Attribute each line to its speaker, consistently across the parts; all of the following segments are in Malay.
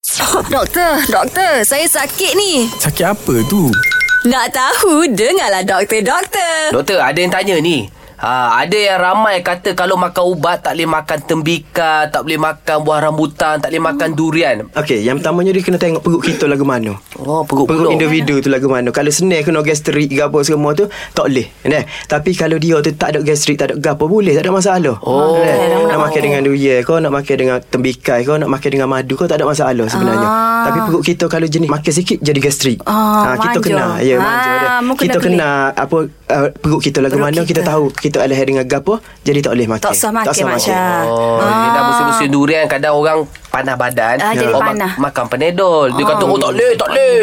Speaker 1: Doktor, doktor, saya sakit ni.
Speaker 2: Sakit apa tu?
Speaker 1: Nak tahu, dengarlah doktor, doktor.
Speaker 3: Doktor, ada yang tanya ni. Ha, ada yang ramai kata kalau makan ubat tak boleh makan tembika, tak boleh makan buah rambutan, tak boleh makan durian.
Speaker 2: Okey, yang pertamanya dia kena tengok perut kita lagu mana.
Speaker 3: Oh, perut peluh.
Speaker 2: Perut individu tu lagu mana. Kalau senang kena gastrik ke apa semua tu, tak boleh. Kan? Tapi kalau dia tu tak ada gastrik, tak ada gapo boleh, tak ada masalah. Oh. Kan? Nak makan dengan durian kau, nak makan dengan tembikai kau, nak makan dengan madu kau, tak ada masalah sebenarnya.
Speaker 1: Ah.
Speaker 2: Tapi perut kita kalau jenis makan sikit jadi gastrik.
Speaker 1: Ah,
Speaker 2: kita
Speaker 1: manja.
Speaker 2: kena. Ya, manja.
Speaker 1: Ah,
Speaker 2: dia.
Speaker 1: muka
Speaker 2: kita
Speaker 1: dah pelik.
Speaker 2: kena apa uh, perut kita lagu
Speaker 1: Perut
Speaker 2: mana
Speaker 1: kita.
Speaker 2: kita. tahu kita alih dengan gapo, jadi tak boleh makan.
Speaker 1: Tak usah makan, Mak Syah.
Speaker 3: Oh, dia dah musim-musim durian kadang orang panah badan.
Speaker 1: Ah, jadi
Speaker 3: oh, mak-
Speaker 1: panah.
Speaker 3: makan penedol. Dia kata, oh tak boleh, tak boleh.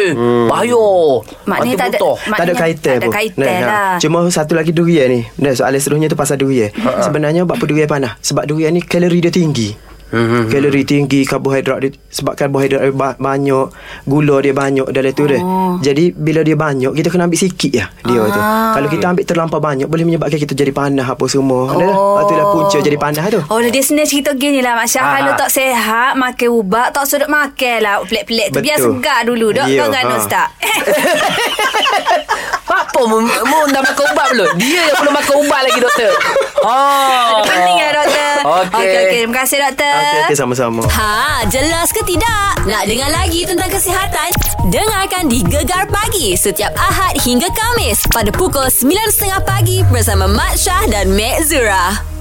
Speaker 3: Bahaya.
Speaker 1: Maknanya
Speaker 3: Nanti
Speaker 1: tak ada-
Speaker 3: butuh.
Speaker 2: tak ada
Speaker 1: Maknanya
Speaker 2: kaitan
Speaker 1: tak ada
Speaker 2: pun.
Speaker 1: kaitan
Speaker 2: Nah, nah.
Speaker 1: lah.
Speaker 2: Cuma satu lagi durian ni. Dan soalan seterusnya tu pasal durian. Sebenarnya buat apa durian panah? Sebab durian ni kalori dia tinggi. Kalori tinggi Karbohidrat dia, Sebab karbohidrat dia ba- banyak Gula dia banyak Dalam tu dia
Speaker 1: Oh.
Speaker 2: Jadi bila dia banyak Kita kena ambil sikit ya Dia tu
Speaker 1: Ah.
Speaker 2: Kalau kita ambil terlampau banyak Boleh menyebabkan kita jadi panah Apa semua oh. Lepas tu lah punca jadi panah tu
Speaker 1: Oh, dia senang cerita gini lah Masya.
Speaker 3: Ah.
Speaker 1: Kalau tak sehat, makan ubat, tak sedap makan lah. Pelik-pelik tu. Biar
Speaker 2: Betul.
Speaker 1: segar dulu. kan, Dok,
Speaker 2: Ya,
Speaker 1: kau ganus
Speaker 2: ha.
Speaker 1: tak?
Speaker 3: Apa mu, mu dah makan ubat belum? Dia yang belum makan ubat lagi, doktor. Oh.
Speaker 1: Penting lah, doktor.
Speaker 3: Okey.
Speaker 1: Okey, okey. Terima kasih, doktor.
Speaker 2: Okey okay, sama-sama
Speaker 4: Ha, jelas ke tidak? Nak dengar lagi tentang kesihatan? Dengarkan di Gegar Pagi setiap Ahad hingga Kamis pada pukul 9.30 pagi bersama Mat Syah dan Mek Zura.